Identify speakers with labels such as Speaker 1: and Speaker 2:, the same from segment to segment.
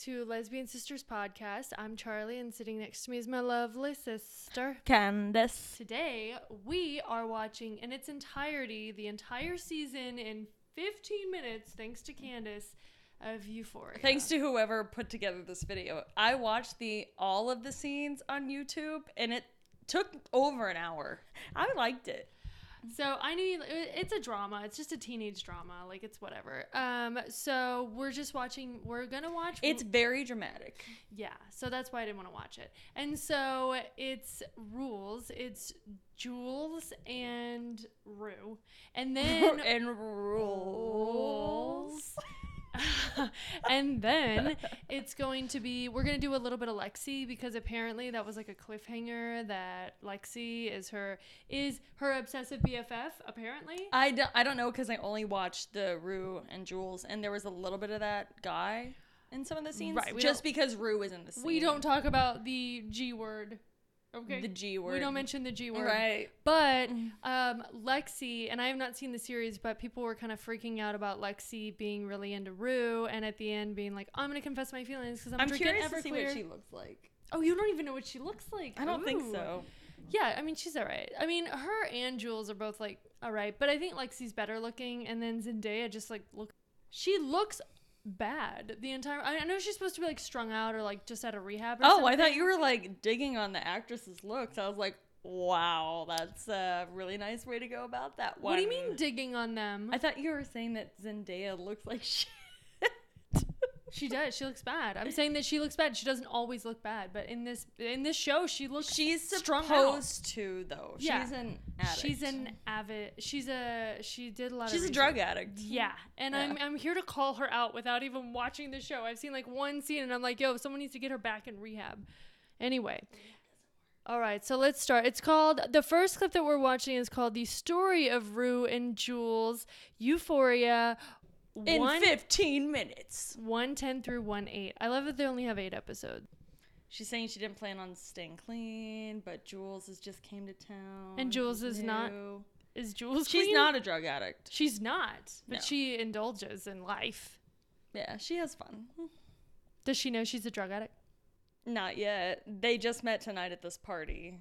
Speaker 1: to Lesbian Sisters Podcast. I'm Charlie, and sitting next to me is my lovely sister.
Speaker 2: Candace.
Speaker 1: Today, we are watching in its entirety, the entire season in 15 minutes, thanks to Candace, of Euphoria.
Speaker 3: Thanks to whoever put together this video. I watched the all of the scenes on YouTube and it took over an hour.
Speaker 2: I liked it.
Speaker 1: So I knew it- it's a drama. It's just a teenage drama. Like it's whatever. Um. So we're just watching. We're gonna watch.
Speaker 3: It's very dramatic.
Speaker 1: Yeah, so that's why I didn't want to watch it. And so it's rules. It's Jules and Rue. And then
Speaker 3: and rules.
Speaker 1: and then it's going to be we're going to do a little bit of Lexi because apparently that was like a cliffhanger that Lexi is her is her obsessive BFF apparently.
Speaker 3: I don't, I don't know because I only watched the Rue and Jules, and there was a little bit of that guy in some of the scenes.
Speaker 1: Right, we
Speaker 3: just
Speaker 1: don't-
Speaker 3: because Rue was in the scene.
Speaker 1: We don't talk about the G word. Okay.
Speaker 3: the G word.
Speaker 1: we don't mention the G word.
Speaker 3: Right. Mm.
Speaker 1: But um, Lexi, and I have not seen the series, but people were kind of freaking out about Lexi being really into Rue, and at the end being like, "I'm gonna confess my feelings because I'm,
Speaker 3: I'm
Speaker 1: drinking
Speaker 3: curious
Speaker 1: Everclear."
Speaker 3: to see what she looks like.
Speaker 1: oh, you don't even know what she looks like.
Speaker 3: I don't think
Speaker 1: Ooh.
Speaker 3: so.
Speaker 1: Yeah, I mean she's all right. I mean her and Jules are both like all right, but I think Lexi's better looking, and then Zendaya just like look. She looks bad the entire. I I know she's supposed to be like strung out or like just at a rehab. Or
Speaker 3: Oh, I
Speaker 1: something.
Speaker 3: thought you were like digging on the actress's looks. I was like, wow, that's a really nice way to go about that one.
Speaker 1: What do you mean digging on them?
Speaker 3: I thought you were saying that Zendaya looks like shit.
Speaker 1: She does. She looks bad. I'm saying that she looks bad. She doesn't always look bad, but in this in this show, she looks.
Speaker 3: She's
Speaker 1: Strung out.
Speaker 3: supposed to though.
Speaker 1: Yeah.
Speaker 3: She's an addict.
Speaker 1: She's an avid. She's a. She did a lot. of
Speaker 3: She's a
Speaker 1: research.
Speaker 3: drug addict.
Speaker 1: Yeah, and
Speaker 3: Yeah.
Speaker 1: I'm I'm here to call her out without even watching the show. I've seen like one scene, and I'm like, yo, someone needs to get her back in rehab. Anyway. All right, so let's start. It's called the first clip that we're watching is called "The Story of Rue and Jules Euphoria."
Speaker 3: In
Speaker 1: one,
Speaker 3: 15 minutes.
Speaker 1: one ten through one eight. I love that they only have eight episodes.
Speaker 3: She's saying she didn't plan on staying clean, but Jules has just came to town.
Speaker 1: And Jules
Speaker 3: She's
Speaker 1: is not
Speaker 3: new.
Speaker 1: Is Jules?
Speaker 3: She's
Speaker 1: clean?
Speaker 3: not a drug addict.
Speaker 1: She's not, but
Speaker 3: No.
Speaker 1: she indulges in life.
Speaker 3: Yeah, she has fun.
Speaker 1: Does she know she's a drug addict?
Speaker 3: Not yet. They just met tonight at this party.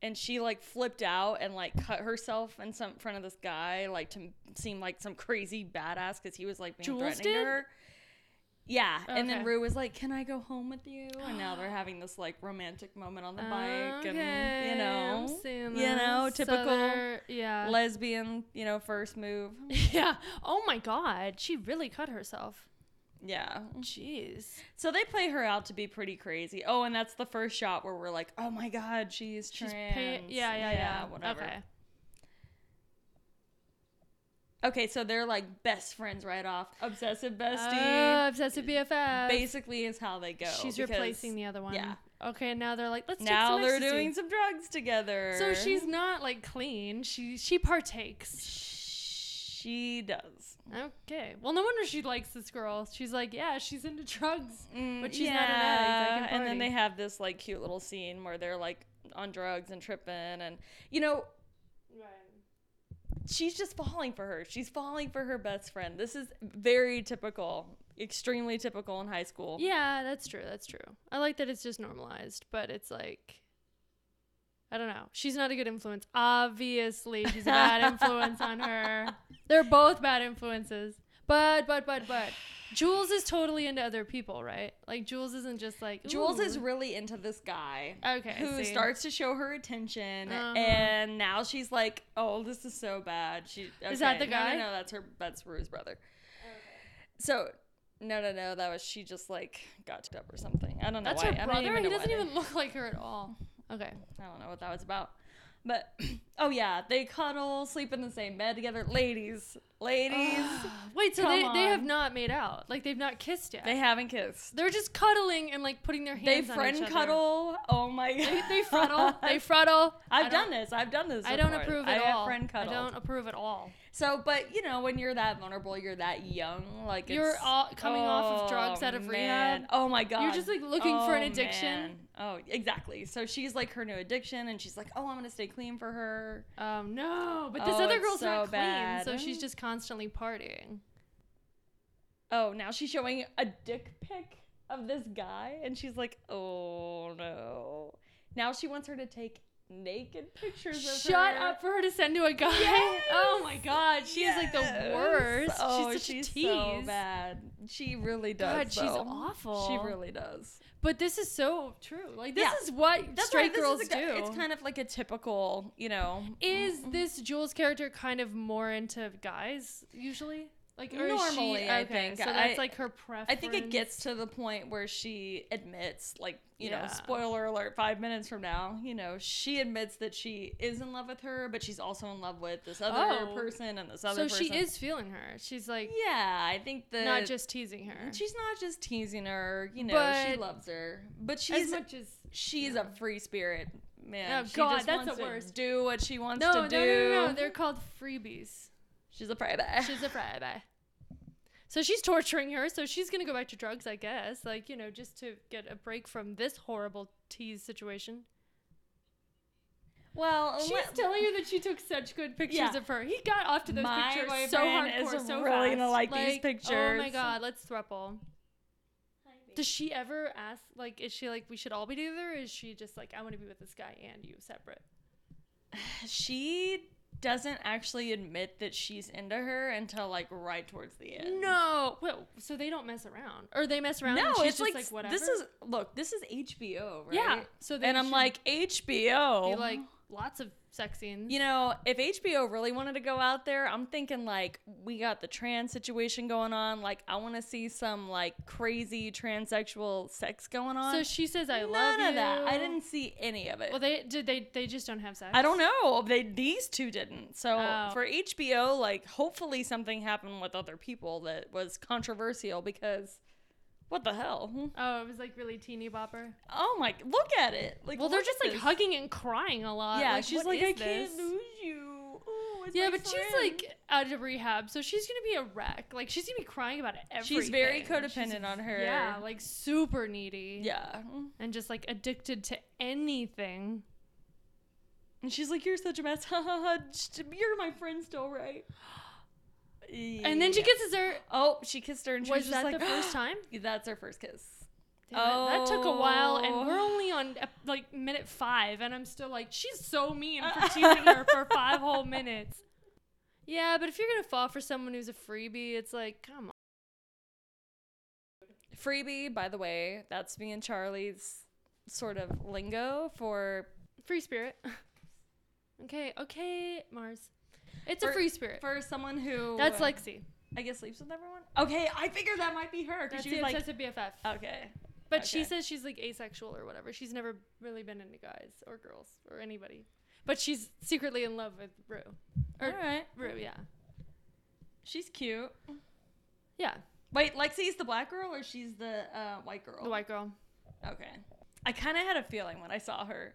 Speaker 3: And she like flipped out and like cut herself in some front of this guy, like to m- seem like some crazy badass because he was like being
Speaker 1: Jules
Speaker 3: threatening
Speaker 1: did?
Speaker 3: to her. Yeah, and then
Speaker 1: Okay.
Speaker 3: Rue was like, "Can I go home with you?" And now they're having this like romantic moment on the bike, and you
Speaker 1: Okay, I'm
Speaker 3: know,
Speaker 1: seeing
Speaker 3: you know,
Speaker 1: this.
Speaker 3: typical
Speaker 1: Southern- yeah.
Speaker 3: lesbian, you know, first move.
Speaker 1: yeah. Oh my God, she really cut herself.
Speaker 3: Yeah.
Speaker 1: Jeez.
Speaker 3: So they play her out to be pretty crazy. Oh, and that's the first shot where we're like, "Oh my God, she's
Speaker 1: She's
Speaker 3: trans."
Speaker 1: pay- yeah, yeah, yeah,
Speaker 3: Whatever.
Speaker 1: Okay.
Speaker 3: Okay, so they're like best friends right off. Obsessive bestie
Speaker 1: Uh, obsessive BFF.
Speaker 3: basically is how they go.
Speaker 1: she's
Speaker 3: because
Speaker 1: replacing the other one.
Speaker 3: yeah.
Speaker 1: Okay, and now they're like, let's
Speaker 3: Now
Speaker 1: take some
Speaker 3: they're
Speaker 1: ecstasy.
Speaker 3: doing some drugs together.
Speaker 1: So she's not like clean. She she partakes.
Speaker 3: she does,
Speaker 1: Okay. Well, no wonder she likes this girl. She's like, yeah, she's into drugs.
Speaker 3: Mm,
Speaker 1: But she's not an addict, I
Speaker 3: yeah,
Speaker 1: can
Speaker 3: and
Speaker 1: party.
Speaker 3: then they have this like cute little scene where they're like on drugs and tripping, and you know
Speaker 1: Right.
Speaker 3: she's just falling for her. She's falling for her best friend. This is very typical, extremely typical in high school.
Speaker 1: Yeah, that's true. That's true. I like that it's just normalized, but it's like I don't know. She's not a good influence. Obviously, she's a bad influence on her. They're both bad influences. But but but but Jules is totally into other people, right? Like Jules isn't just like
Speaker 3: Jules
Speaker 1: "Ooh."
Speaker 3: is really into this guy.
Speaker 1: Okay, I
Speaker 3: Who
Speaker 1: see.
Speaker 3: starts to show her attention
Speaker 1: Uh-huh.
Speaker 3: and now she's like, "Oh, this is so bad." She
Speaker 1: Is that
Speaker 3: okay,
Speaker 1: the
Speaker 3: no,
Speaker 1: guy?
Speaker 3: No, no, that's her that's Rue's brother. So, no, no, no, that was she just like got tied up or something. I don't know
Speaker 1: That's
Speaker 3: why.
Speaker 1: her
Speaker 3: I don't
Speaker 1: brother.
Speaker 3: even
Speaker 1: He
Speaker 3: know why
Speaker 1: doesn't
Speaker 3: they-
Speaker 1: even look like her at all. Okay.
Speaker 3: I don't know what that was about. But oh yeah, they cuddle, sleep in the same bed together. Ladies, ladies,
Speaker 1: Wait, so
Speaker 3: Come
Speaker 1: they, they have
Speaker 3: on.
Speaker 1: not made out. Like they've not kissed yet.
Speaker 3: they haven't kissed.
Speaker 1: They're just cuddling and like putting their
Speaker 3: They
Speaker 1: hands on each
Speaker 3: friend
Speaker 1: other.
Speaker 3: cuddle. Oh my god.
Speaker 1: They, they frettle. They frettle. I
Speaker 3: I've
Speaker 1: don't-
Speaker 3: done this. I've done this.
Speaker 1: I don't
Speaker 3: before.
Speaker 1: approve
Speaker 3: I
Speaker 1: at
Speaker 3: have
Speaker 1: all.
Speaker 3: friend
Speaker 1: I
Speaker 3: cuddled.
Speaker 1: don't approve at all.
Speaker 3: So, but you know, when you're that vulnerable, you're that young. Like
Speaker 1: You're
Speaker 3: it's-
Speaker 1: all- coming off of drugs out of
Speaker 3: man.
Speaker 1: rehab.
Speaker 3: Oh my god!
Speaker 1: just, like, looking for an
Speaker 3: Oh,
Speaker 1: addiction.
Speaker 3: man. Oh, exactly. So she's like her new addiction, and she's like, "Oh, I'm gonna stay clean for her."
Speaker 1: Um, no, but this
Speaker 3: Oh,
Speaker 1: other
Speaker 3: it's
Speaker 1: girl's
Speaker 3: so
Speaker 1: not clean,
Speaker 3: bad. Mm.
Speaker 1: so she's just constantly partying.
Speaker 3: Oh, now she's showing a dick pic. of this guy, and she's like, "Oh no!" Now she wants her to take naked pictures of her.
Speaker 1: Shut up for her to send to a guy. Oh my god, she's like the
Speaker 3: Yes.
Speaker 1: worst.
Speaker 3: Oh,
Speaker 1: she's such
Speaker 3: she's
Speaker 1: a tease.
Speaker 3: so bad. She really does.
Speaker 1: God, she's
Speaker 3: though.
Speaker 1: awful.
Speaker 3: She really does.
Speaker 1: But this is so true. Like this
Speaker 3: Yeah.
Speaker 1: is what straight girls do.
Speaker 3: It's Mm-hmm. kind of like a typical, you know,
Speaker 1: is this Jules character kind of more into guys usually? Like or is she-
Speaker 3: Normally, I
Speaker 1: okay,
Speaker 3: think.
Speaker 1: so.
Speaker 3: I-
Speaker 1: That's like her preference.
Speaker 3: I think it gets to the point where she admits, like, you
Speaker 1: Yeah.
Speaker 3: know, spoiler alert, five minutes from now, you know, she admits that she is in love with her, but she's also in love with this other
Speaker 1: Oh.
Speaker 3: person and this
Speaker 1: So
Speaker 3: other person.
Speaker 1: she is feeling her. She's like
Speaker 3: Yeah, I think that.
Speaker 1: not just teasing her.
Speaker 3: She's not just teasing her, you know, she
Speaker 1: But-
Speaker 3: loves her. But
Speaker 1: as
Speaker 3: she's
Speaker 1: much as
Speaker 3: she's a free spirit, man.
Speaker 1: Oh,
Speaker 3: she
Speaker 1: God,
Speaker 3: just
Speaker 1: that's
Speaker 3: wants
Speaker 1: the
Speaker 3: to
Speaker 1: worst.
Speaker 3: Do what she wants
Speaker 1: no, no,
Speaker 3: to
Speaker 1: no,
Speaker 3: do.
Speaker 1: no, no, They're called freebies.
Speaker 3: she's a private.
Speaker 1: She's a freebie. So she's torturing her. So she's gonna go back to drugs, I guess. Like you know, just to get a break from this horrible tease situation.
Speaker 3: well,
Speaker 1: She's
Speaker 3: let-
Speaker 1: telling you that she took such good pictures
Speaker 3: Oh, Yeah.
Speaker 1: of her. He got off to those
Speaker 3: My
Speaker 1: pictures so
Speaker 3: boyfriend
Speaker 1: hardcore,
Speaker 3: is
Speaker 1: so
Speaker 3: really
Speaker 1: fast.
Speaker 3: gonna like these
Speaker 1: Oh my
Speaker 3: pictures.
Speaker 1: god, let's thruple. Does she ever ask? Like, is she like we should all be together? Or is she just like I want to be with this guy and you separate?
Speaker 3: she doesn't actually admit that she's into her until like right towards the end.
Speaker 1: No. Well, so they don't mess around, or they mess around.
Speaker 3: No,
Speaker 1: and she's
Speaker 3: it's
Speaker 1: just
Speaker 3: like,
Speaker 1: like, whatever.
Speaker 3: this is look, this is HBO, right?
Speaker 1: yeah. So they
Speaker 3: and I'm
Speaker 1: should
Speaker 3: like HBO.
Speaker 1: be like lots of sex scenes.
Speaker 3: you know, if HBO really wanted to go out there, I'm thinking like we got the trans situation going on. Like I want to see some like crazy transsexual sex going on.
Speaker 1: so she says I
Speaker 3: None
Speaker 1: love
Speaker 3: of that. I
Speaker 1: you."
Speaker 3: didn't see any of it.
Speaker 1: Well, they did. They they just don't have sex.
Speaker 3: I don't know. They these two didn't. So
Speaker 1: Oh.
Speaker 3: for HBO, like hopefully something happened with other people that was controversial because what the hell?
Speaker 1: Oh, it was like really teeny bopper.
Speaker 3: Oh my! Look at it. Like
Speaker 1: Well, they're
Speaker 3: look
Speaker 1: just
Speaker 3: at
Speaker 1: like
Speaker 3: this.
Speaker 1: hugging and crying a lot.
Speaker 3: Yeah, she's
Speaker 1: what
Speaker 3: like,
Speaker 1: is
Speaker 3: I
Speaker 1: this?"
Speaker 3: can't lose you. Ooh, it's
Speaker 1: Yeah,
Speaker 3: my
Speaker 1: but she's
Speaker 3: friend."
Speaker 1: like out of rehab, so she's gonna be a wreck. Like she's gonna be crying about everything.
Speaker 3: she's very
Speaker 1: She's-
Speaker 3: codependent on her.
Speaker 1: Yeah, like super needy.
Speaker 3: yeah.
Speaker 1: and just like addicted to anything.
Speaker 3: And she's like, "You're such a mess. Ha ha ha. Just- You're my friend still, right?"
Speaker 1: And then she
Speaker 3: Yeah.
Speaker 1: kisses her.
Speaker 3: Oh, she kissed her, and she was,
Speaker 1: Was
Speaker 3: just
Speaker 1: that
Speaker 3: like,
Speaker 1: the first time?
Speaker 3: That's her first kiss.
Speaker 1: Damn, that, that took a while, and we're
Speaker 3: Oh.
Speaker 1: only on ep- like minute five, and I'm still like, she's so mean for teasing her for five whole minutes. Yeah, but if you're gonna fall for someone who's a freebie, it's like, come on.
Speaker 3: Freebie, by the way, that's me and Charlie's sort of lingo for
Speaker 1: Free spirit. okay, okay, Mars. It's a
Speaker 3: For-
Speaker 1: free spirit.
Speaker 3: for someone who
Speaker 1: That's Lexi.
Speaker 3: I guess sleeps with everyone. Okay, I figured that might be her
Speaker 1: That's
Speaker 3: because she was
Speaker 1: the
Speaker 3: like
Speaker 1: obsessive BFF.
Speaker 3: okay,
Speaker 1: But she
Speaker 3: okay.
Speaker 1: says she's like asexual or whatever. She's never really been into guys or girls or anybody. But she's secretly in love with Rue. Or
Speaker 3: all right,
Speaker 1: Rue, yeah.
Speaker 3: she's cute.
Speaker 1: Yeah,
Speaker 3: Wait, Lexi's the black girl or she's the uh, white girl?
Speaker 1: the white girl.
Speaker 3: Okay, I kind of had a feeling when I saw her,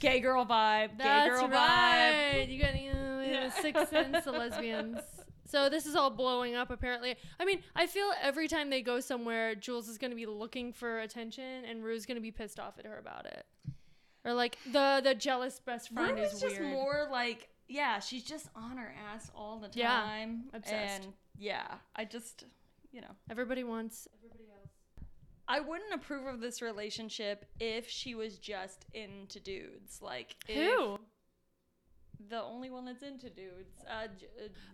Speaker 3: gay girl vibe,
Speaker 1: That's
Speaker 3: gay girl vibe.
Speaker 1: right. You got you know,
Speaker 3: Yeah.
Speaker 1: six sense, the lesbians. So this is all blowing up apparently. I mean, I feel every time they go somewhere, Jules is gonna be looking for attention and Rue's gonna be pissed off at her about it. Or like the the jealous best friend
Speaker 3: Rue is
Speaker 1: is
Speaker 3: just
Speaker 1: weird.
Speaker 3: more like yeah, she's just on her ass all the
Speaker 1: Yeah,
Speaker 3: time.
Speaker 1: obsessed.
Speaker 3: And yeah, I just you know.
Speaker 1: Everybody wants
Speaker 3: I wouldn't approve of this relationship if she was just into dudes. Like if
Speaker 1: who?
Speaker 3: The only one that's into dudes. Uh, J-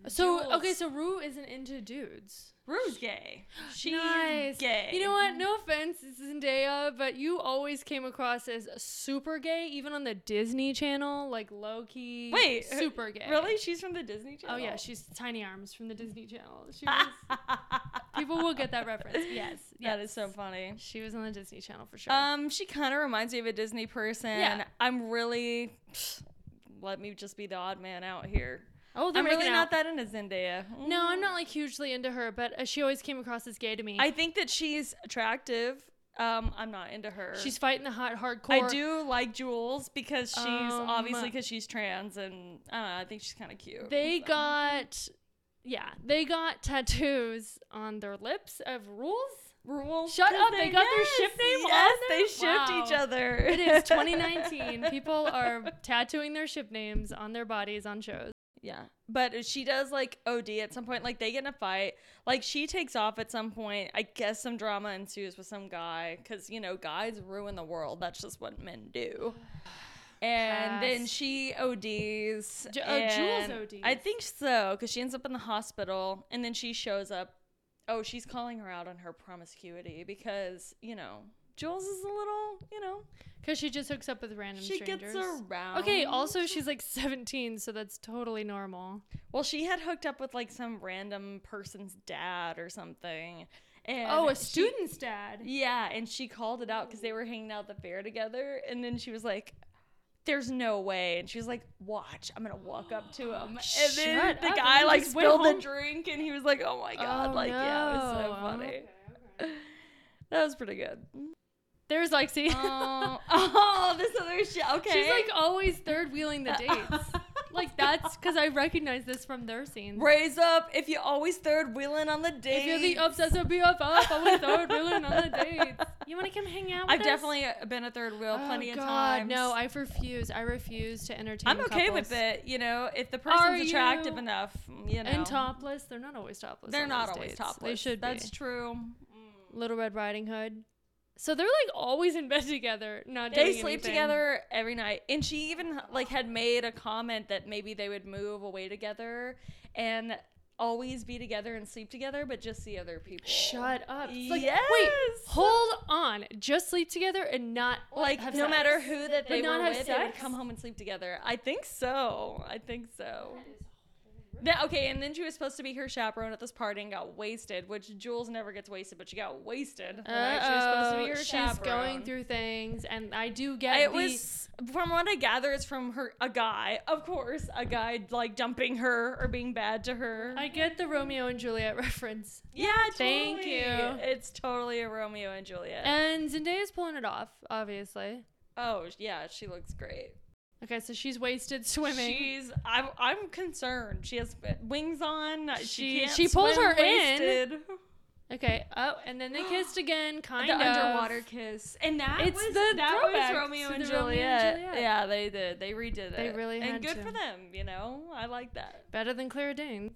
Speaker 3: uh,
Speaker 1: So
Speaker 3: Jules.
Speaker 1: okay, so Rue isn't into dudes.
Speaker 3: Rue's gay. She's
Speaker 1: Nice.
Speaker 3: gay.
Speaker 1: You know what? No offense, this is Zendaya, but you always came across as super gay, even on the Disney Channel, like low key.
Speaker 3: Wait, uh,
Speaker 1: super gay.
Speaker 3: Really? She's from the Disney Channel.
Speaker 1: Oh yeah, she's Tiny Arms from the Disney Channel. She was. people will get that reference. Yes,
Speaker 3: Ah. That
Speaker 1: yes.
Speaker 3: is so funny.
Speaker 1: She was on the Disney Channel for sure.
Speaker 3: Um, she kind of reminds me of a Disney person.
Speaker 1: Yeah.
Speaker 3: I'm really. Let me just be the odd man out here.
Speaker 1: oh, they're
Speaker 3: I'm really
Speaker 1: making out.
Speaker 3: not that into Zendaya.
Speaker 1: No, I'm not like hugely into her, but uh, she always came across as gay to me.
Speaker 3: I think that she's attractive. Um, I'm not into her.
Speaker 1: she's fighting the hot hardcore.
Speaker 3: I do like Jules because she's
Speaker 1: Um,
Speaker 3: obviously because she's trans and I don't know, I think she's kind of cute.
Speaker 1: They
Speaker 3: So.
Speaker 1: got, yeah, they got tattoos on their lips of rules.
Speaker 3: rules.
Speaker 1: Shut
Speaker 3: Did
Speaker 1: up, they got their ship name on
Speaker 3: Yes,
Speaker 1: there?
Speaker 3: they shipped each
Speaker 1: Wow.
Speaker 3: other.
Speaker 1: It is 2019. People are tattooing their ship names on their bodies on shows.
Speaker 3: Yeah. But she does like OD at some point. Like they get in a fight. Like she takes off at some point. I guess some drama ensues with some guy because, you know, guys ruin the world. That's just what men do. And then
Speaker 1: Pass.
Speaker 3: she ODs.
Speaker 1: Ju- oh, Jules
Speaker 3: and-
Speaker 1: ODs.
Speaker 3: I think so because she ends up in the hospital and then she shows up. Oh, she's calling her out on her promiscuity because, you know, Jules is a little, you know,
Speaker 1: Because she just hooks up with random
Speaker 3: she
Speaker 1: strangers.
Speaker 3: gets around.
Speaker 1: okay, also she's like 17, so that's totally normal.
Speaker 3: Well, she had hooked up with like some random person's dad or something. And
Speaker 1: oh, a
Speaker 3: she-
Speaker 1: student's dad.
Speaker 3: yeah, and she called it out because they were hanging out at the fair together, and then she was like, "There's no way," and she was like, "Watch, I'm gonna walk up to him," and then
Speaker 1: Shut
Speaker 3: the
Speaker 1: up,
Speaker 3: guy
Speaker 1: and
Speaker 3: like
Speaker 1: just went
Speaker 3: spilled the
Speaker 1: home.
Speaker 3: drink, and he was like, "Oh my god!"
Speaker 1: Oh,
Speaker 3: like, yeah, it was so
Speaker 1: no.
Speaker 3: funny.
Speaker 1: Okay,
Speaker 3: That was pretty good.
Speaker 1: There's Lexi.
Speaker 3: oh, oh, this other shit. Okay,
Speaker 1: She's like always third wheeling the dates. like that's because I recognize this from their scenes.
Speaker 3: raise up if you're always third wheeling on the date.
Speaker 1: If you're the obsessed with BFF, always third wheeling on the dates. You want to come hang out? With
Speaker 3: I've
Speaker 1: us?
Speaker 3: definitely uh, been a third wheel plenty
Speaker 1: oh,
Speaker 3: of
Speaker 1: God,
Speaker 3: times.
Speaker 1: No, I refuse. I refuse to entertain.
Speaker 3: I'm okay
Speaker 1: couples.
Speaker 3: with it. You know, if the
Speaker 1: Are
Speaker 3: person's attractive
Speaker 1: you-
Speaker 3: enough, mm, you know,
Speaker 1: And topless, they're not always topless.
Speaker 3: they're
Speaker 1: on
Speaker 3: not
Speaker 1: those
Speaker 3: always
Speaker 1: dates.
Speaker 3: topless.
Speaker 1: They should be.
Speaker 3: That's
Speaker 1: Mm.
Speaker 3: true.
Speaker 1: Little Red Riding Hood. So they're like always in bed together, not
Speaker 3: They
Speaker 1: doing
Speaker 3: sleep
Speaker 1: anything.
Speaker 3: together every night, and she even like had made a comment that maybe they would move away together and always be together and sleep together, but just see other people.
Speaker 1: Shut up. It's like,
Speaker 3: yes.
Speaker 1: Wait, hold on. Just sleep together and not
Speaker 3: like
Speaker 1: have
Speaker 3: no
Speaker 1: sex.
Speaker 3: matter who that they
Speaker 1: But not
Speaker 3: were
Speaker 1: have
Speaker 3: with, they would
Speaker 1: sex?
Speaker 3: come home and sleep together. I think so. I think so. That- okay, and then she was supposed to be her chaperone at this party and got wasted, which Jules never gets wasted, but she got wasted. the night She was supposed to be
Speaker 1: Uh-oh,
Speaker 3: her
Speaker 1: she's
Speaker 3: chaperone.
Speaker 1: going through things, and I do get
Speaker 3: It
Speaker 1: the-
Speaker 3: was from what I gather, it's from her a guy, of course, a guy like dumping her or being bad to her.
Speaker 1: I get the Romeo and Juliet reference,
Speaker 3: yeah,
Speaker 1: Thank
Speaker 3: totally.
Speaker 1: you.
Speaker 3: It's totally a Romeo and Juliet.
Speaker 1: and Zendaya's pulling it off, obviously.
Speaker 3: oh yeah, she looks great.
Speaker 1: Okay, so she's wasted swimming.
Speaker 3: She's I'm I'm concerned. She has wings on. She
Speaker 1: She-
Speaker 3: can't
Speaker 1: she pulls
Speaker 3: swim
Speaker 1: her in.
Speaker 3: wasted.
Speaker 1: okay, oh, and then they kissed again, kind
Speaker 3: The
Speaker 1: of
Speaker 3: underwater kiss, and that
Speaker 1: It's
Speaker 3: was
Speaker 1: the
Speaker 3: that was
Speaker 1: throwbacks
Speaker 3: Romeo
Speaker 1: to
Speaker 3: and,
Speaker 1: the
Speaker 3: Juliet.
Speaker 1: Romeo and Juliet.
Speaker 3: Yeah, they did. They redid it.
Speaker 1: They really
Speaker 3: and
Speaker 1: had
Speaker 3: good
Speaker 1: to.
Speaker 3: for them. You know, I like that.
Speaker 1: Better than Clara Dane,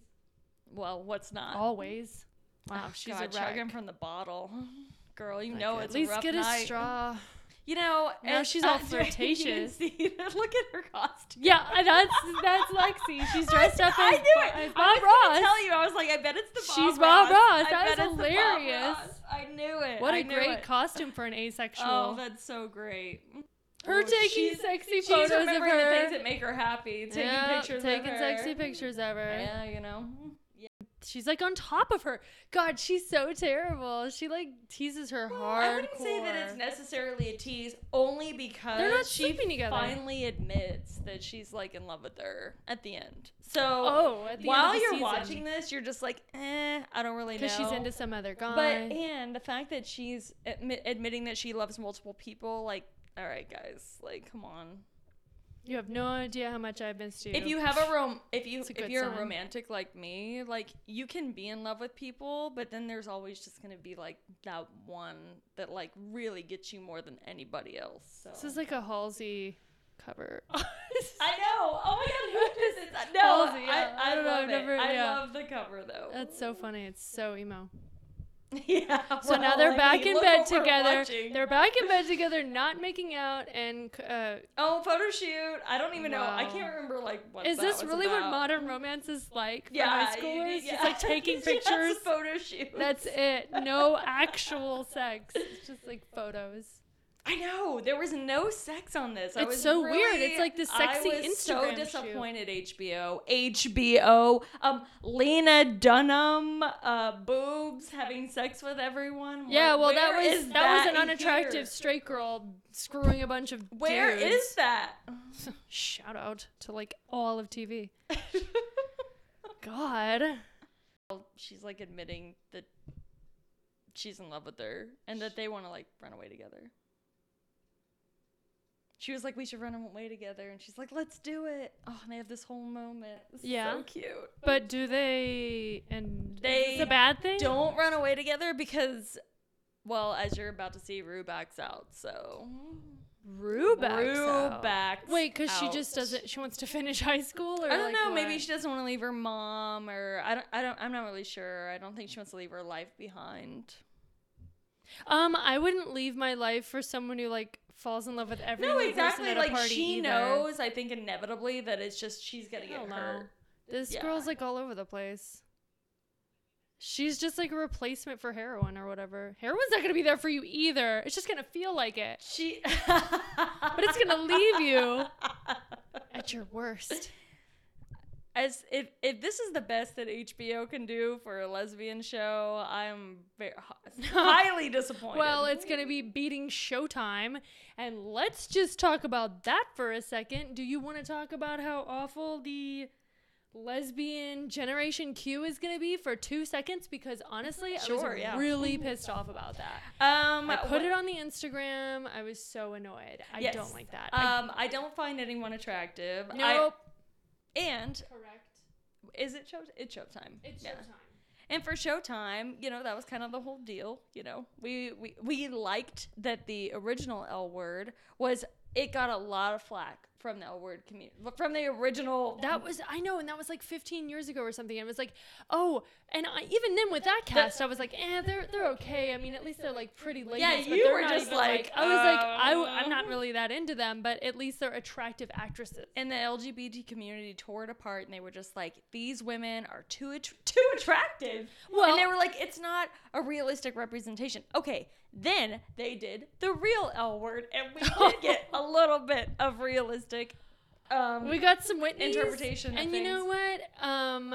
Speaker 3: Well, what's not?
Speaker 1: always. Wow,
Speaker 3: Oh,
Speaker 1: she's a
Speaker 3: God,
Speaker 1: wreck.
Speaker 3: chugging from the bottle. Girl, you
Speaker 1: Like,
Speaker 3: know
Speaker 1: at
Speaker 3: it's
Speaker 1: least
Speaker 3: a rough
Speaker 1: get
Speaker 3: night.
Speaker 1: a straw.
Speaker 3: You know,
Speaker 1: Now
Speaker 3: and-
Speaker 1: she's all
Speaker 3: uh, you can
Speaker 1: flirtatious.
Speaker 3: see it. Look at her costume.
Speaker 1: Yeah, and that's that's Lexi. She's dressed
Speaker 3: I,
Speaker 1: up
Speaker 3: I
Speaker 1: as,
Speaker 3: knew
Speaker 1: Bo-
Speaker 3: it.
Speaker 1: as
Speaker 3: I was
Speaker 1: Bob
Speaker 3: gonna
Speaker 1: Ross.
Speaker 3: tell you, I was like, I bet it's the Bob
Speaker 1: She's
Speaker 3: Ross.
Speaker 1: Bob Ross.
Speaker 3: I
Speaker 1: That is
Speaker 3: bet it's the Bob
Speaker 1: hilarious.
Speaker 3: Ross. I knew it.
Speaker 1: What
Speaker 3: a
Speaker 1: a great
Speaker 3: it.
Speaker 1: costume for an asexual.
Speaker 3: Oh, that's so great.
Speaker 1: her
Speaker 3: Oh,
Speaker 1: taking
Speaker 3: she's-
Speaker 1: sexy
Speaker 3: She's
Speaker 1: photos of
Speaker 3: remembering
Speaker 1: her.
Speaker 3: the things that make her happy. Taking
Speaker 1: Yeah,
Speaker 3: pictures
Speaker 1: taking
Speaker 3: of her.
Speaker 1: sexy pictures of her.
Speaker 3: Yeah, you know. Yeah.
Speaker 1: She's like on top of her. God, she's so terrible. She like teases her hard. hardcore.
Speaker 3: I wouldn't say that it's necessarily a tease, only because
Speaker 1: They're not
Speaker 3: she
Speaker 1: sleeping together.
Speaker 3: finally admits that she's like in love with her at the end. So
Speaker 1: oh, at the end
Speaker 3: while
Speaker 1: of the
Speaker 3: you're
Speaker 1: season.
Speaker 3: watching this, you're just like, eh, I don't really know.
Speaker 1: because she's into some other guy.
Speaker 3: But and the fact that she's admi- admitting that she loves multiple people, like, all right, guys, like, come on.
Speaker 1: you have no idea how much I missed you.
Speaker 3: If you have a rom, if you
Speaker 1: It's a
Speaker 3: if
Speaker 1: good
Speaker 3: you're
Speaker 1: sign.
Speaker 3: a romantic like me, like you can be in love with people, but then there's always just gonna be like that one that like really gets you more than anybody else. So.
Speaker 1: this is like a Halsey cover.
Speaker 3: I know. Oh my god, who does this? I- No,
Speaker 1: Halsey, yeah.
Speaker 3: I, I, don't know. I've never, I
Speaker 1: yeah.
Speaker 3: love the cover though.
Speaker 1: That's so funny. It's so emo.
Speaker 3: yeah.
Speaker 1: So now
Speaker 3: well,
Speaker 1: they're
Speaker 3: I
Speaker 1: back
Speaker 3: mean,
Speaker 1: in
Speaker 3: look
Speaker 1: bed
Speaker 3: what we're
Speaker 1: together.
Speaker 3: watching.
Speaker 1: They're back in bed together, not making out. And uh,
Speaker 3: oh photo shoot. I don't even know. I
Speaker 1: Wow.
Speaker 3: can't remember like what.
Speaker 1: is
Speaker 3: that
Speaker 1: this
Speaker 3: was
Speaker 1: really what
Speaker 3: about.
Speaker 1: modern romance is like for
Speaker 3: Yeah,
Speaker 1: high
Speaker 3: you-
Speaker 1: schoolers?
Speaker 3: yeah.
Speaker 1: Just like taking
Speaker 3: It's just
Speaker 1: pictures.
Speaker 3: photo shoot.
Speaker 1: That's it. No actual sex. It's just like photos.
Speaker 3: I know there was no sex on this. I
Speaker 1: It's
Speaker 3: was
Speaker 1: so weird.
Speaker 3: really-
Speaker 1: It's like this sexy
Speaker 3: I was
Speaker 1: Instagram
Speaker 3: so
Speaker 1: shoot.
Speaker 3: disappointed. HBO, HBO, um, Lena Dunham, uh, boobs having sex with everyone.
Speaker 1: Yeah,
Speaker 3: Where-
Speaker 1: well that
Speaker 3: where
Speaker 1: was
Speaker 3: is
Speaker 1: that, was an
Speaker 3: in
Speaker 1: unattractive
Speaker 3: here?
Speaker 1: straight girl screwing a bunch of
Speaker 3: Where is
Speaker 1: dudes.
Speaker 3: that?
Speaker 1: shout out to like all of TV. God.
Speaker 3: Well, She's like admitting that she's in love with her and that they want to like run away together. She was like, "We should run away together," and she's like, "Let's do it!" Oh, and they have this whole moment. It's
Speaker 1: Yeah.
Speaker 3: so cute.
Speaker 1: But do they and
Speaker 3: They
Speaker 1: it's a bad thing?
Speaker 3: don't run away together because well as you're about to see rue backs out so
Speaker 1: Rubex. out.
Speaker 3: Rubex
Speaker 1: Wait, because she
Speaker 3: out.
Speaker 1: just doesn't. She wants to finish high school, or
Speaker 3: I don't
Speaker 1: like,
Speaker 3: know. Maybe
Speaker 1: what?
Speaker 3: she doesn't want to leave her mom, or I don't. I don't. I'm not really sure. I don't think she wants to leave her life behind.
Speaker 1: Um, I wouldn't leave my life for someone who like falls in love with every
Speaker 3: No,
Speaker 1: other person
Speaker 3: exactly.
Speaker 1: at a
Speaker 3: Like
Speaker 1: party
Speaker 3: she
Speaker 1: either.
Speaker 3: knows. I think inevitably that it's just she's gonna
Speaker 1: I
Speaker 3: get
Speaker 1: don't know.
Speaker 3: hurt.
Speaker 1: This
Speaker 3: Yeah.
Speaker 1: girl's like all over the place. She's just like a replacement for heroin or whatever. Heroin's not gonna be there for you either. It's just gonna feel like it.
Speaker 3: She, but
Speaker 1: it's gonna leave you. At your worst.
Speaker 3: As if if this is the best that HBO can do for a lesbian show, I'm very, highly disappointed.
Speaker 1: Well, it's gonna be beating Showtime. And let's just talk about that for a second. Do you wanna talk about how awful the lesbian generation Q is gonna be for two seconds? Because honestly, I
Speaker 3: Sure,
Speaker 1: was
Speaker 3: yeah.
Speaker 1: really pissed off about that.
Speaker 3: um,
Speaker 1: I put
Speaker 3: wh-
Speaker 1: it on the Instagram. I was so annoyed. I
Speaker 3: Yes.
Speaker 1: don't like that. I,
Speaker 3: Um, I don't find anyone attractive. I-
Speaker 1: nope.
Speaker 3: and
Speaker 1: Correct.
Speaker 3: is it show? It's Showtime.
Speaker 1: It's
Speaker 3: Yeah.
Speaker 1: Showtime.
Speaker 3: And for Showtime, you know, that was kind of the whole deal. You know, we we, we liked that the original L word was it got a lot of flack from the L word community from the original.
Speaker 1: That was I know, and that was like 15 years ago or something. And it was like, oh, and I, even then with that cast, I was like, eh, they're they're okay. I mean, at least they're like pretty ladies. but
Speaker 3: you
Speaker 1: they're
Speaker 3: were
Speaker 1: not
Speaker 3: just
Speaker 1: even,
Speaker 3: like,
Speaker 1: I was like, I, w-
Speaker 3: um.
Speaker 1: I'm not really that into them, but at least they're attractive actresses.
Speaker 3: and the LGBT community tore it apart, and they were just like, "These women are too att- too attractive." Well,
Speaker 1: Well-
Speaker 3: and they were like, "It's not a realistic representation." Okay, then they did the real L word, and we did get a little bit of realistic. Um,
Speaker 1: We got some Whitney's
Speaker 3: Interpretation of
Speaker 1: and you know what? Um,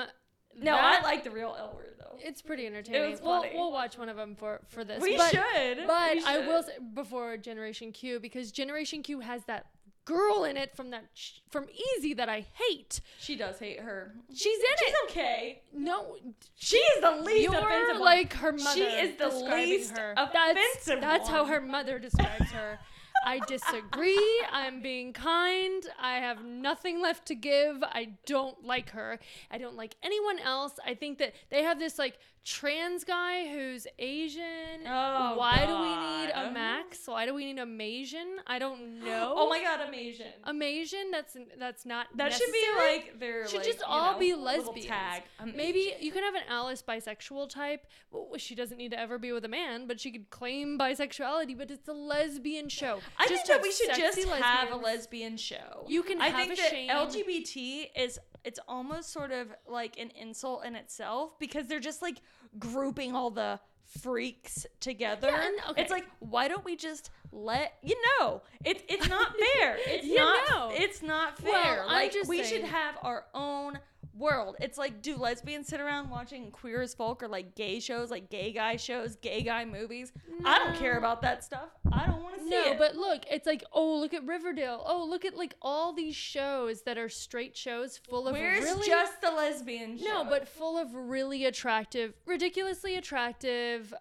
Speaker 3: no,
Speaker 1: that-
Speaker 3: I like the real L word though.
Speaker 1: It's pretty entertaining.
Speaker 3: funny.
Speaker 1: We'll, we'll watch one of them for for this.
Speaker 3: We
Speaker 1: but-
Speaker 3: should.
Speaker 1: But
Speaker 3: We
Speaker 1: I will
Speaker 3: should.
Speaker 1: say before Generation Q because Generation Q has that girl in it from that sh- from Easy that I hate.
Speaker 3: She does hate her.
Speaker 1: She's in
Speaker 3: She's
Speaker 1: it.
Speaker 3: okay.
Speaker 1: No,
Speaker 3: She is the least
Speaker 1: you're
Speaker 3: offensive. one.
Speaker 1: like her mother.
Speaker 3: She is the
Speaker 1: describing
Speaker 3: least
Speaker 1: her. That's,
Speaker 3: offensive
Speaker 1: that's how
Speaker 3: one.
Speaker 1: her mother describes her. I disagree. I'm being kind. I have nothing left to give. I don't like her. I don't like anyone else. I think that they have this like trans guy who's Asian.
Speaker 3: Oh,
Speaker 1: Why do we need a
Speaker 3: God.
Speaker 1: Max? Why do we need a Mason? I don't know.
Speaker 3: Oh my god, amazing.
Speaker 1: a Mason? That's that's not
Speaker 3: That should be
Speaker 1: Um, necessary.
Speaker 3: like their
Speaker 1: Should
Speaker 3: like,
Speaker 1: just
Speaker 3: you
Speaker 1: all
Speaker 3: know,
Speaker 1: be
Speaker 3: little
Speaker 1: lesbians.
Speaker 3: Tag.
Speaker 1: Maybe you can have an Alice bisexual type. Well, she doesn't need to ever be with a man, but she could claim bisexuality. But it's a lesbian show.
Speaker 3: I
Speaker 1: Just
Speaker 3: think
Speaker 1: have
Speaker 3: that we should
Speaker 1: sexy
Speaker 3: just have a
Speaker 1: lesbians.
Speaker 3: lesbian show.
Speaker 1: You can
Speaker 3: I
Speaker 1: have
Speaker 3: think
Speaker 1: a
Speaker 3: that
Speaker 1: shame.
Speaker 3: LGBT is it's almost sort of like an insult in itself because they're just like grouping all the freaks together.
Speaker 1: Yeah, and- okay.
Speaker 3: It's like why don't we just let you know? It, it's not fair. It's
Speaker 1: You
Speaker 3: not.
Speaker 1: know.
Speaker 3: It's not
Speaker 1: Well,
Speaker 3: fair.
Speaker 1: I'm
Speaker 3: like
Speaker 1: just
Speaker 3: we
Speaker 1: saying.
Speaker 3: should have our own world. It's like do lesbians sit around watching queer as folk or like gay shows, like gay guy shows, gay guy movies? I don't care
Speaker 1: No.
Speaker 3: about that stuff. I don't want to see it.
Speaker 1: No, but look, it's like oh, look at Riverdale. Oh, look at like all these shows that are straight shows full of
Speaker 3: Where's
Speaker 1: really
Speaker 3: just the lesbian
Speaker 1: no,
Speaker 3: show?
Speaker 1: but full of really attractive, ridiculously attractive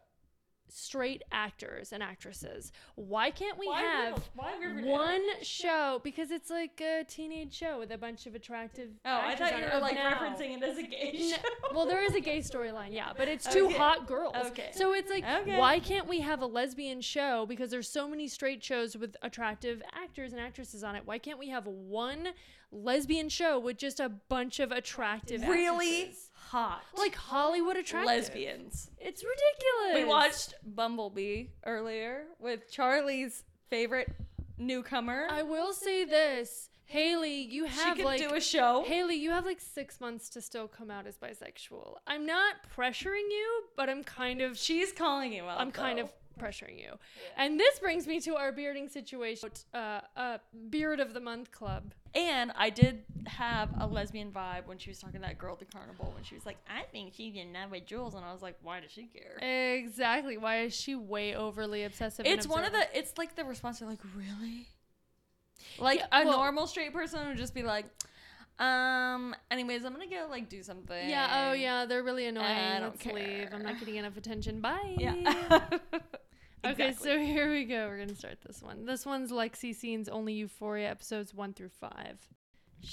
Speaker 1: straight actors and actresses. Why can't we
Speaker 3: why
Speaker 1: have
Speaker 3: River- why Riverdale?
Speaker 1: one show because it's like a teenage show with a bunch of attractive.
Speaker 3: Oh, I
Speaker 1: actors
Speaker 3: thought
Speaker 1: on
Speaker 3: you
Speaker 1: it
Speaker 3: were
Speaker 1: of
Speaker 3: like
Speaker 1: now.
Speaker 3: referencing it as a gay
Speaker 1: N-
Speaker 3: show.
Speaker 1: well, there is a gay storyline, yeah, but it's two
Speaker 3: Okay.
Speaker 1: hot girls.
Speaker 3: Okay.
Speaker 1: So it's like,
Speaker 3: Okay.
Speaker 1: why can't we have a lesbian show? Because there's so many straight shows with attractive actors and actresses on it. Why can't we have one lesbian show with just a bunch of attractive,
Speaker 3: really
Speaker 1: actresses?
Speaker 3: hot,
Speaker 1: like Hollywood attractive
Speaker 3: lesbians.
Speaker 1: It's ridiculous.
Speaker 3: We watched Bumblebee earlier with Charlie's favorite newcomer.
Speaker 1: I will say this, Haley, you
Speaker 3: she
Speaker 1: have
Speaker 3: could
Speaker 1: like
Speaker 3: do a show.
Speaker 1: Haley, you have like six months to still come out as bisexual. I'm not pressuring you, but I'm kind of
Speaker 3: She's calling you out.
Speaker 1: I'm kind
Speaker 3: though.
Speaker 1: of pressuring you. And this brings me to our bearding situation. Uh, uh, beard of the month club.
Speaker 3: And I did have a lesbian vibe when she was talking to that girl at the carnival when she was like, "I think she's in love with Jules," and I was like, "Why does she care?"
Speaker 1: Exactly. Why is she way overly obsessive? and
Speaker 3: It's one of
Speaker 1: observant?
Speaker 3: the. It's like the response. They're like, really? Like
Speaker 1: Yeah,
Speaker 3: a
Speaker 1: well-
Speaker 3: normal straight person would just be like, um. Anyways, I'm gonna go like do something.
Speaker 1: Yeah. Oh, yeah. They're really annoying.
Speaker 3: I don't
Speaker 1: Let's leave. I'm
Speaker 3: care.
Speaker 1: not getting enough attention. Bye.
Speaker 3: Yeah.
Speaker 1: Okay,
Speaker 3: Exactly.
Speaker 1: so here we go. We're gonna start this one. This one's Lexi scenes only Euphoria episodes one through five.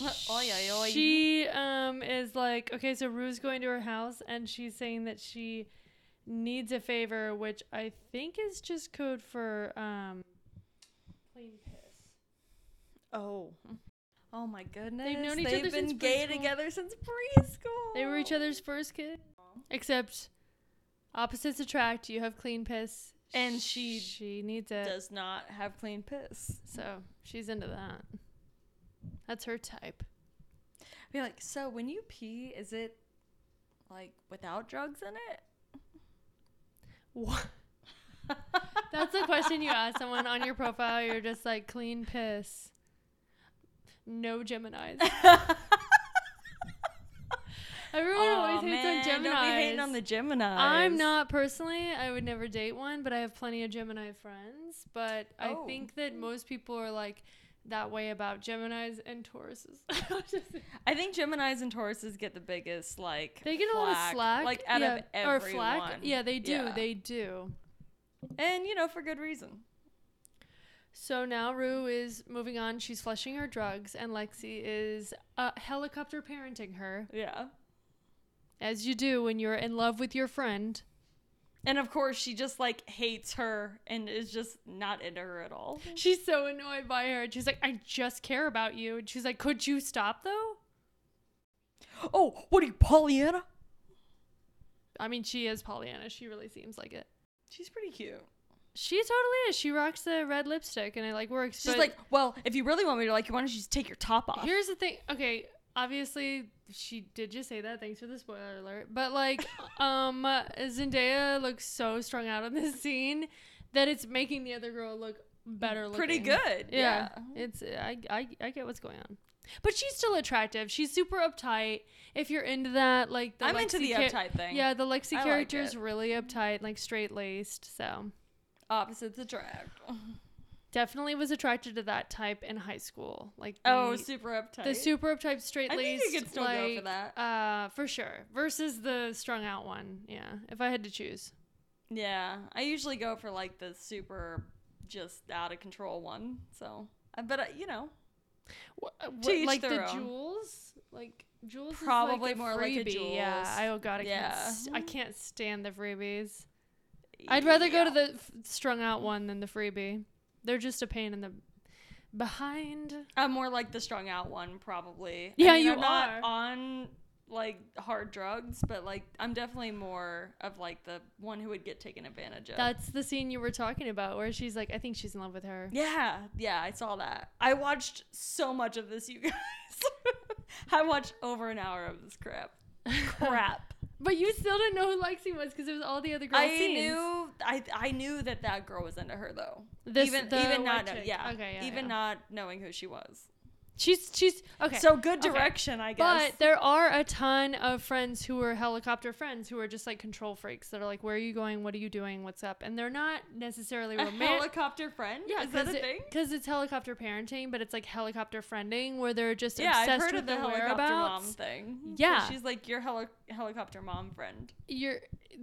Speaker 3: Oy, oy, oy.
Speaker 1: She um is like okay, so Rue's going to her house and she's saying that she needs a favor, which I think is just code for um plain piss.
Speaker 3: Oh. Oh my goodness.
Speaker 1: known each
Speaker 3: They've
Speaker 1: other
Speaker 3: been
Speaker 1: since
Speaker 3: gay
Speaker 1: preschool.
Speaker 3: together since preschool.
Speaker 1: They were each other's first kid. Except opposites attract. You have clean piss.
Speaker 3: And she
Speaker 1: she needs it.
Speaker 3: Does not have clean piss.
Speaker 1: So she's into that. That's her type.
Speaker 3: Be like, so when you pee, is it like without drugs in it?
Speaker 1: What? That's the question you ask someone on your profile. You're just like clean piss. No Gemini's. Everyone always hates on
Speaker 3: man, Don't be hating
Speaker 1: Geminis.
Speaker 3: on the Gemini.
Speaker 1: I'm not personally. I would never date one, but I have plenty of Gemini friends. But
Speaker 3: Oh.
Speaker 1: I think that most people are like that way about Geminis and Tauruses.
Speaker 3: I think Geminis and Tauruses get the biggest like.
Speaker 1: they get a lot of
Speaker 3: flack,
Speaker 1: slack,
Speaker 3: Like out
Speaker 1: yeah,
Speaker 3: of everyone.
Speaker 1: or flack. Yeah, they do.
Speaker 3: Yeah.
Speaker 1: They do.
Speaker 3: And you know for good reason.
Speaker 1: So now Rue is moving on. She's flushing her drugs, and Lexi is uh, helicopter parenting her,
Speaker 3: Yeah.
Speaker 1: as you do when you're in love with your friend.
Speaker 3: And of course, she just like hates her and is just not into her at all.
Speaker 1: She's so annoyed by her. and She's like, I just care about you. And she's like, Could you stop though?
Speaker 3: Oh, what are you, Pollyanna?
Speaker 1: I mean, she is Pollyanna. She really seems like it.
Speaker 3: She's pretty cute.
Speaker 1: She totally is. She rocks the red lipstick, and it like works.
Speaker 3: She's
Speaker 1: but
Speaker 3: like, well, if you really want me to like you, why don't you just take your top off?
Speaker 1: here's the thing. Okay, obviously she did just say that. Thanks for the spoiler alert. But like, um, Zendaya looks so strung out on this scene that it's making the other girl look better. Looking.
Speaker 3: pretty good.
Speaker 1: Yeah, it's I, I I get what's going on. But she's still attractive. She's super uptight. If you're into that, like the
Speaker 3: I'm into
Speaker 1: Lexi
Speaker 3: the
Speaker 1: cha-
Speaker 3: uptight thing.
Speaker 1: Yeah, the Lexi
Speaker 3: I like
Speaker 1: character is
Speaker 3: it.
Speaker 1: really uptight, like straight laced. So
Speaker 3: Opposites attract.
Speaker 1: definitely was attracted to that type in high school. Like the,
Speaker 3: Oh, super uptight.
Speaker 1: the super uptight straight
Speaker 3: I think
Speaker 1: laced.
Speaker 3: you could still
Speaker 1: like,
Speaker 3: go for that.
Speaker 1: Uh, for sure. Versus the strung out one. Yeah, if I had to choose.
Speaker 3: yeah, I usually go for like the super, just out of control one. So, Uh, but uh, you know,
Speaker 1: What,
Speaker 3: To each
Speaker 1: like
Speaker 3: their
Speaker 1: the
Speaker 3: own.
Speaker 1: Jules, like Jules is
Speaker 3: Probably
Speaker 1: like a
Speaker 3: more like a
Speaker 1: freebie. Yeah.
Speaker 3: Jules.
Speaker 1: I, oh god, I
Speaker 3: Yeah.
Speaker 1: can't. s- I can't stand the freebies. I'd rather go to the f- strung out one than the freebie. They're just a pain in the behind.
Speaker 3: I'm more like the strung out one, probably. I
Speaker 1: Yeah,
Speaker 3: mean,
Speaker 1: you
Speaker 3: I'm not
Speaker 1: are.
Speaker 3: on like hard drugs, but like I'm definitely more of like the one who would get taken advantage of.
Speaker 1: That's the scene you were talking about where she's like, I think she's in love with her.
Speaker 3: yeah, yeah, I saw that. I watched so much of this, you guys. I watched over an hour of this crap. Crap.
Speaker 1: But you still didn't know who Lexi was because it was all the other girls.
Speaker 3: I
Speaker 1: scenes.
Speaker 3: knew I I knew that that girl was into her though.
Speaker 1: This-
Speaker 3: even
Speaker 1: the
Speaker 3: even
Speaker 1: white
Speaker 3: not know-
Speaker 1: chick.
Speaker 3: yeah,
Speaker 1: Okay, yeah,
Speaker 3: even
Speaker 1: yeah.
Speaker 3: not knowing who she was.
Speaker 1: She's she's okay.
Speaker 3: So good
Speaker 1: Okay.
Speaker 3: direction, I guess.
Speaker 1: but there are a ton of friends who are helicopter friends who are just like control freaks that are like, where are you going? What are you doing? What's up? And they're not necessarily
Speaker 3: a
Speaker 1: romantic.
Speaker 3: helicopter friend?
Speaker 1: Yeah,
Speaker 3: is that a
Speaker 1: it-
Speaker 3: thing?
Speaker 1: Because it's helicopter parenting, but it's like helicopter friending, where they're just
Speaker 3: Yeah,
Speaker 1: obsessed
Speaker 3: I've heard
Speaker 1: with
Speaker 3: of the
Speaker 1: their
Speaker 3: helicopter mom
Speaker 1: whereabouts.
Speaker 3: thing. So
Speaker 1: Yeah.
Speaker 3: she's like your heli- helicopter mom friend.
Speaker 1: You're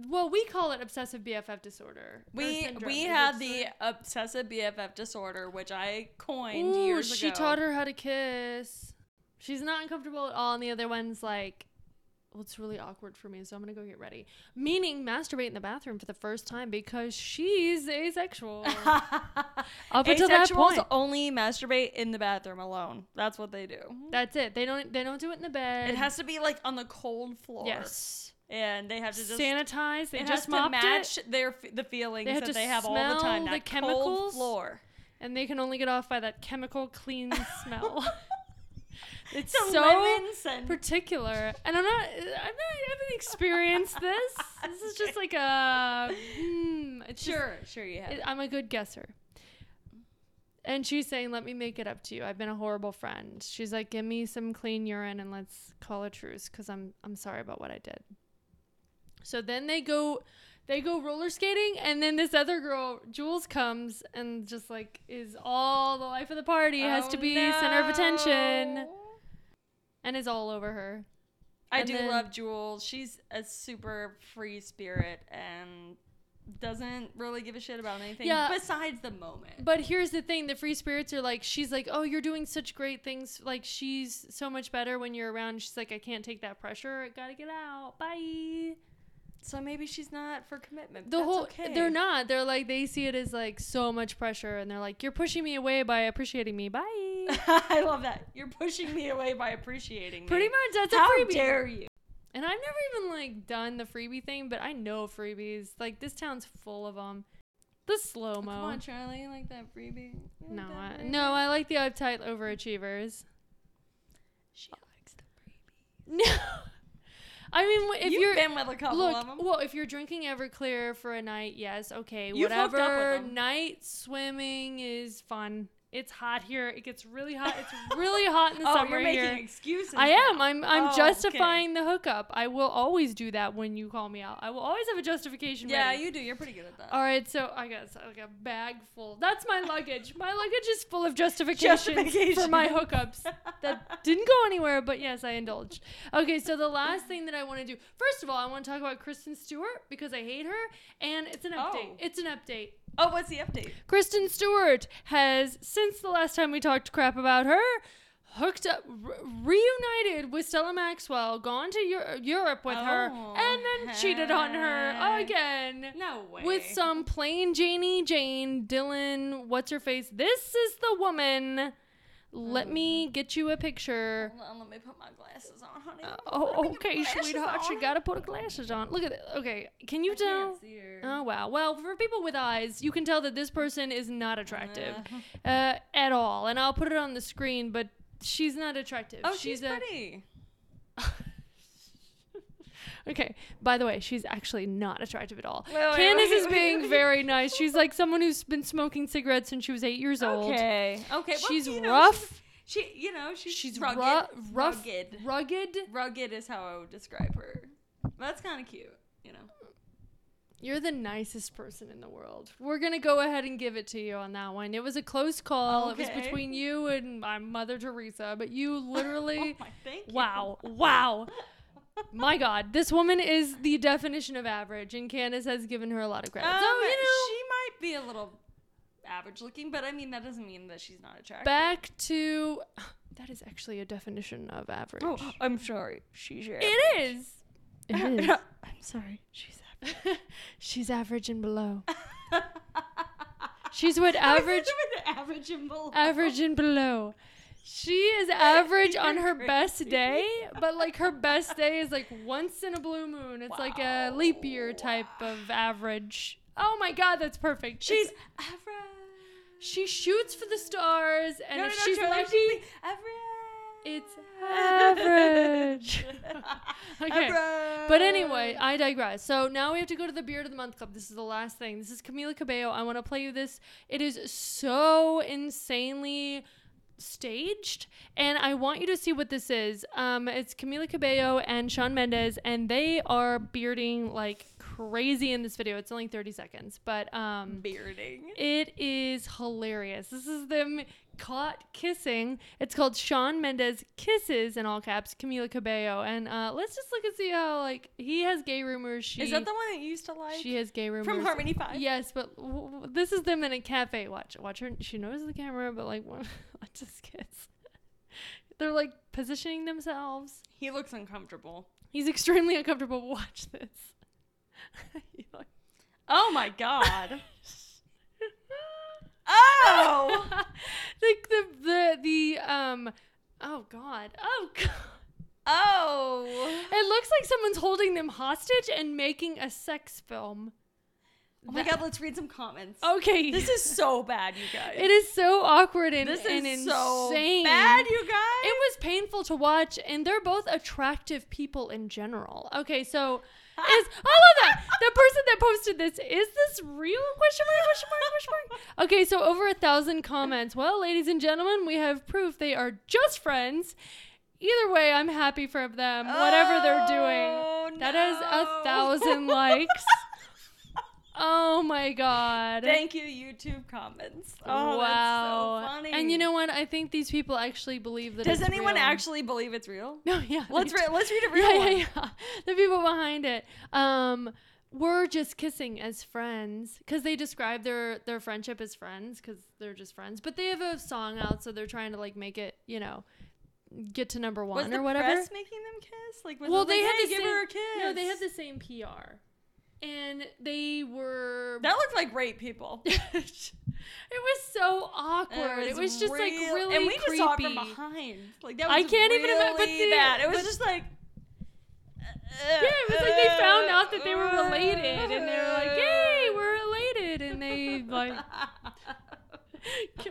Speaker 1: well, we call it obsessive BFF disorder. or
Speaker 3: We
Speaker 1: syndrome.
Speaker 3: we
Speaker 1: Is it
Speaker 3: had the
Speaker 1: disorder?
Speaker 3: obsessive BFF disorder, which I coined
Speaker 1: Ooh,
Speaker 3: years
Speaker 1: she
Speaker 3: ago.
Speaker 1: taught her how to kiss. She's not uncomfortable at all, and the other one's like, well, it's really awkward for me, so I'm gonna go get ready. Meaning, masturbate in the bathroom for the first time because she's asexual. Up until that
Speaker 3: Asexuals
Speaker 1: point,
Speaker 3: only masturbate in the bathroom alone. That's what they do.
Speaker 1: that's it. They don't they don't do it in the bed.
Speaker 3: It has to be like on the cold floor.
Speaker 1: yes,
Speaker 3: and they have to just
Speaker 1: sanitize. They
Speaker 3: it
Speaker 1: just
Speaker 3: has to
Speaker 1: mopped it.
Speaker 3: match their f- the feelings
Speaker 1: They have
Speaker 3: that
Speaker 1: to
Speaker 3: they have all the time.
Speaker 1: smell
Speaker 3: That
Speaker 1: the
Speaker 3: cold
Speaker 1: chemicals.
Speaker 3: floor.
Speaker 1: and they can only get off by that chemical clean smell. it's
Speaker 3: It's a
Speaker 1: so
Speaker 3: lemon scent.
Speaker 1: particular, and I'm not. I'm not. I haven't experienced this. This is just like a. Hmm, it's just-
Speaker 3: sure, sure you have.
Speaker 1: it- I'm a good guesser. And she's saying, "Let me make it up to you. I've been a horrible friend." She's like, "Give me some clean urine and let's call a truce, cause I'm I'm sorry about what I did." So then they go, they go roller skating, and then this other girl, Jules, comes and just like is all the life of the party, has to
Speaker 3: Oh,
Speaker 1: be center of attention,
Speaker 3: no.
Speaker 1: and is all over her.
Speaker 3: I
Speaker 1: And
Speaker 3: do
Speaker 1: then-
Speaker 3: love Jewel. She's a super free spirit and doesn't really give a shit about anything
Speaker 1: Yeah.
Speaker 3: besides the moment.
Speaker 1: But here's the thing: the free spirits are like, she's like, "Oh, you're doing such great things. Like, she's so much better when you're around." She's like, "I can't take that pressure. I gotta get out. Bye."
Speaker 3: So maybe she's not for commitment.
Speaker 1: The
Speaker 3: That's
Speaker 1: whole
Speaker 3: okay.
Speaker 1: they're not. They're like they see it as like so much pressure, and they're like, "You're pushing me away by appreciating me. Bye." me.
Speaker 3: I love that. You're pushing me away by appreciating me.
Speaker 1: Pretty much, that's
Speaker 3: How
Speaker 1: a freebie.
Speaker 3: dare you?
Speaker 1: And I've never even like done the freebie thing, but I know freebies. Like this town's full of them. The slow
Speaker 3: Come
Speaker 1: mo.
Speaker 3: on, Charlie, you like that freebie? You like
Speaker 1: No,
Speaker 3: that
Speaker 1: I,
Speaker 3: freebie?
Speaker 1: no, I like the uptight overachievers.
Speaker 3: She likes the freebie.
Speaker 1: No, I mean wh- if
Speaker 3: You've
Speaker 1: you are
Speaker 3: been with a couple
Speaker 1: look
Speaker 3: of them.
Speaker 1: well, if you're drinking Everclear for a night, yes, okay,
Speaker 3: You've hooked up with
Speaker 1: whatever.
Speaker 3: 'em.
Speaker 1: Night swimming is fun. It's hot here. It gets really hot. It's really hot in the
Speaker 3: oh,
Speaker 1: summer
Speaker 3: you're making
Speaker 1: here.
Speaker 3: excuses.
Speaker 1: I am. I'm I'm
Speaker 3: Oh, okay.
Speaker 1: justifying the hookup. I will always do that when you call me out. I will always have a justification.
Speaker 3: Yeah,
Speaker 1: ready.
Speaker 3: you do. You're pretty good at that.
Speaker 1: All right, so I got so like a bag full. That's my luggage. My luggage is full of justifications for my hookups that didn't go anywhere, but yes, I indulged. Okay, so the last thing that I want to do, first of all, I want to talk about Kristen Stewart because I hate her, and it's an update.
Speaker 3: Oh.
Speaker 1: It's an update.
Speaker 3: Oh, what's the update?
Speaker 1: Kristen Stewart has, since the last time we talked crap about her, hooked up, re- reunited with Stella Maxwell, gone to Eu- Europe with her,
Speaker 3: Oh,
Speaker 1: and then cheated on her
Speaker 3: heck.
Speaker 1: again
Speaker 3: No way.
Speaker 1: with some plain Janie Jane Dylan. What's her face? This is the woman. Let me
Speaker 3: Mm.
Speaker 1: get you a picture.
Speaker 3: Hold on, let me put my glasses on, honey.
Speaker 1: Uh, oh,
Speaker 3: Let me
Speaker 1: okay,
Speaker 3: get my
Speaker 1: sweetheart.
Speaker 3: glasses
Speaker 1: She
Speaker 3: on.
Speaker 1: gotta put her glasses on. Look at it. Okay, can you
Speaker 3: I
Speaker 1: tell?
Speaker 3: can't see her.
Speaker 1: Oh wow. Well, for people with eyes, you can tell that this person is not attractive uh, at all. And I'll put it on the screen, but she's not attractive.
Speaker 3: oh, she's,
Speaker 1: a-
Speaker 3: pretty.
Speaker 1: Okay. By the way, she's actually not attractive at all.
Speaker 3: Wait, wait,
Speaker 1: Candace
Speaker 3: wait,
Speaker 1: is
Speaker 3: wait,
Speaker 1: being
Speaker 3: wait.
Speaker 1: very nice. She's like someone who's been smoking cigarettes since she was eight years old.
Speaker 3: Okay. Okay. well,
Speaker 1: she's
Speaker 3: you know,
Speaker 1: rough.
Speaker 3: She, you know, she's,
Speaker 1: She's
Speaker 3: rugged.
Speaker 1: ru- rough.
Speaker 3: Rugged.
Speaker 1: Rugged.
Speaker 3: Rugged is how I would describe her. That's kind of cute, you know.
Speaker 1: You're the nicest person in the world. We're gonna go ahead and give it to you on that one. It was a close call. It
Speaker 3: Okay.
Speaker 1: was between you and my mother Teresa, but you literally.
Speaker 3: oh my, thank you.
Speaker 1: wow! Wow! My God, this woman is the definition of average, and Candace has given her a lot of credit.
Speaker 3: Um,
Speaker 1: so you know,
Speaker 3: she might be a little average looking, but I mean that doesn't mean that she's not attractive.
Speaker 1: back to that is actually a definition of average.
Speaker 3: Oh, I'm sorry. She's your.
Speaker 1: it is. It is.
Speaker 3: I'm sorry. She's
Speaker 1: She's average and below.
Speaker 3: average.
Speaker 1: She's what average
Speaker 3: average and below.
Speaker 1: average and below. She is average on her
Speaker 3: You're
Speaker 1: best
Speaker 3: crazy.
Speaker 1: day, but like her best day is like once in a blue moon. It's like a leap year type of average. Oh my god, that's perfect.
Speaker 3: She's
Speaker 1: It's-
Speaker 3: average.
Speaker 1: she shoots for the stars, and
Speaker 3: no,
Speaker 1: if
Speaker 3: no, no,
Speaker 1: she's
Speaker 3: Charlie,
Speaker 1: lucky,
Speaker 3: she's like, average.
Speaker 1: it's average. Okay.
Speaker 3: Average.
Speaker 1: But anyway, I digress. So now we have to go to the Beard of the Month Club. This is the last thing. This is Camila Cabello. I want to play you this. It is so insanely staged, and I want you to see what this is. Um, it's Camila Cabello and Sean Mendez, and they are bearding like crazy in this video. It's only 30 seconds, but um,
Speaker 3: bearding.
Speaker 1: it is hilarious. This is them caught kissing. It's called Sean Mendez kisses in all caps Camila Cabello, and uh, let's just look and see how like he has gay rumors. She
Speaker 3: Is that the one that you used to like?
Speaker 1: she has gay rumors
Speaker 3: from Harmony Five.
Speaker 1: Yes, but w- w- this is them in a cafe. Watch, watch her. She knows the camera, but like, watch this kiss. They're like positioning themselves.
Speaker 3: He looks uncomfortable.
Speaker 1: He's extremely uncomfortable. Watch this. He, like-
Speaker 3: Oh my god. oh.
Speaker 1: the, the the the um oh god oh god
Speaker 3: Oh.
Speaker 1: it looks like someone's holding them hostage and making a sex film
Speaker 3: Oh my
Speaker 1: That-
Speaker 3: god, let's read some comments.
Speaker 1: okay
Speaker 3: This is so bad, you guys.
Speaker 1: it is so awkward and,
Speaker 3: This
Speaker 1: and
Speaker 3: is
Speaker 1: insane
Speaker 3: so bad, you
Speaker 1: it
Speaker 3: guys.
Speaker 1: was painful to watch and they're both attractive people in general okay so is I love that the person that posted this is this real question mark question mark question mark okay so over a thousand comments well ladies and gentlemen we have proof they are just friends either way I'm happy for them whatever they're doing
Speaker 3: Oh,
Speaker 1: that is
Speaker 3: no.
Speaker 1: a thousand likes oh my god
Speaker 3: Thank you, YouTube comments. Oh,
Speaker 1: wow
Speaker 3: That's so funny.
Speaker 1: and you know what I think these people actually believe that
Speaker 3: does
Speaker 1: it's
Speaker 3: anyone
Speaker 1: real.
Speaker 3: actually believe it's real?
Speaker 1: no yeah
Speaker 3: Let's
Speaker 1: they do.
Speaker 3: re- let's read a real
Speaker 1: yeah,
Speaker 3: one.
Speaker 1: yeah, yeah. The people behind it. Um, we're just kissing as friends because they describe their their friendship as friends because they're just friends. But they have a song out, so they're trying to like make it, you know, get to number one
Speaker 3: Was the
Speaker 1: or whatever.
Speaker 3: press making them kiss? Like, was
Speaker 1: well,
Speaker 3: it like,
Speaker 1: they had
Speaker 3: "Hey,
Speaker 1: the
Speaker 3: give
Speaker 1: same,
Speaker 3: her a kiss.
Speaker 1: No, they had the same PR, and they were
Speaker 3: That looked like rape people.
Speaker 1: they It was so awkward.
Speaker 3: And
Speaker 1: It was, just like
Speaker 3: real-
Speaker 1: really
Speaker 3: and we
Speaker 1: creepy.
Speaker 3: just saw it from behind. Like that was
Speaker 1: I can't even imagine- but
Speaker 3: really
Speaker 1: the-
Speaker 3: bad. It was
Speaker 1: but-
Speaker 3: just like. Yeah,
Speaker 1: it was like they found out that they were related, and they were like, "Yay, we're related!" And they like,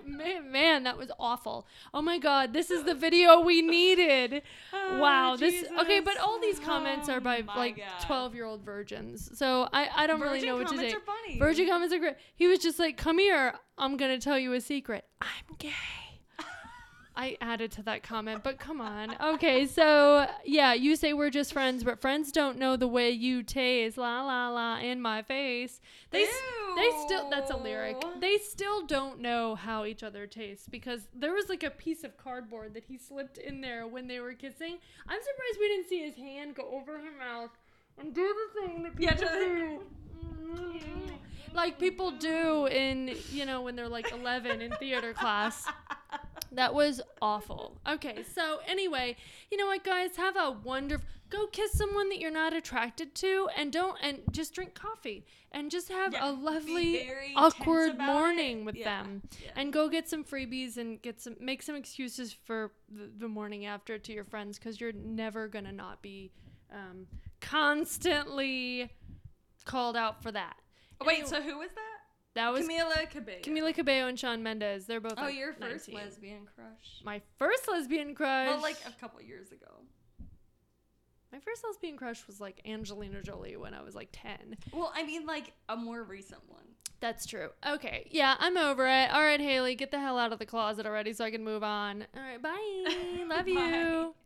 Speaker 1: man, man, that was awful. Oh my god, this is the video we needed.
Speaker 3: Oh,
Speaker 1: Wow, this okay, but all these comments are by like twelve-year-old virgins, so I I don't really know what to
Speaker 3: comments
Speaker 1: say.
Speaker 3: are funny.
Speaker 1: Virgin comments are great. He was just like, "Come here, I'm gonna tell you a secret. I'm gay." I added to that comment, but come on. Okay, so yeah, you say we're just friends, but friends don't know the way you taste. La la la in my face. They s- they still that's a lyric.
Speaker 3: Ew.
Speaker 1: They still don't know how each other tastes because there was like a piece of cardboard that he slipped in there when they were kissing. I'm surprised we didn't see his hand go over her mouth and do the thing that
Speaker 3: Yeah,
Speaker 1: people
Speaker 3: to-
Speaker 1: do. Like people do in, you know, when they're like 11 in theater class. That was awful. Okay, so anyway, you know what, guys? Have a wonderful. Go kiss someone that you're not attracted to, and don't and just drink coffee, and just have
Speaker 3: Yeah,
Speaker 1: a
Speaker 3: be
Speaker 1: lovely,
Speaker 3: very intense
Speaker 1: awkward
Speaker 3: about
Speaker 1: morning
Speaker 3: it.
Speaker 1: with
Speaker 3: Yeah,
Speaker 1: them,
Speaker 3: yeah.
Speaker 1: and go get some freebies and get some make some excuses for the, the morning after to your friends because you're never gonna not be um, constantly called out for that.
Speaker 3: Wait, so who was that?
Speaker 1: That was
Speaker 3: Camila Cabello.
Speaker 1: Camila Cabello and Sean Mendes. They're both.
Speaker 3: Oh,
Speaker 1: like,
Speaker 3: your first
Speaker 1: 19.
Speaker 3: lesbian crush.
Speaker 1: My first lesbian crush.
Speaker 3: Well, like uh a couple years ago.
Speaker 1: My first lesbian crush was like Angelina Jolie when I was like 10.
Speaker 3: Well, I mean, like a more recent one.
Speaker 1: That's true. Okay. Yeah, I'm over it. All right, Haley, get the hell out of the closet already so I can move on. All right, bye. Love
Speaker 3: Bye.
Speaker 1: you.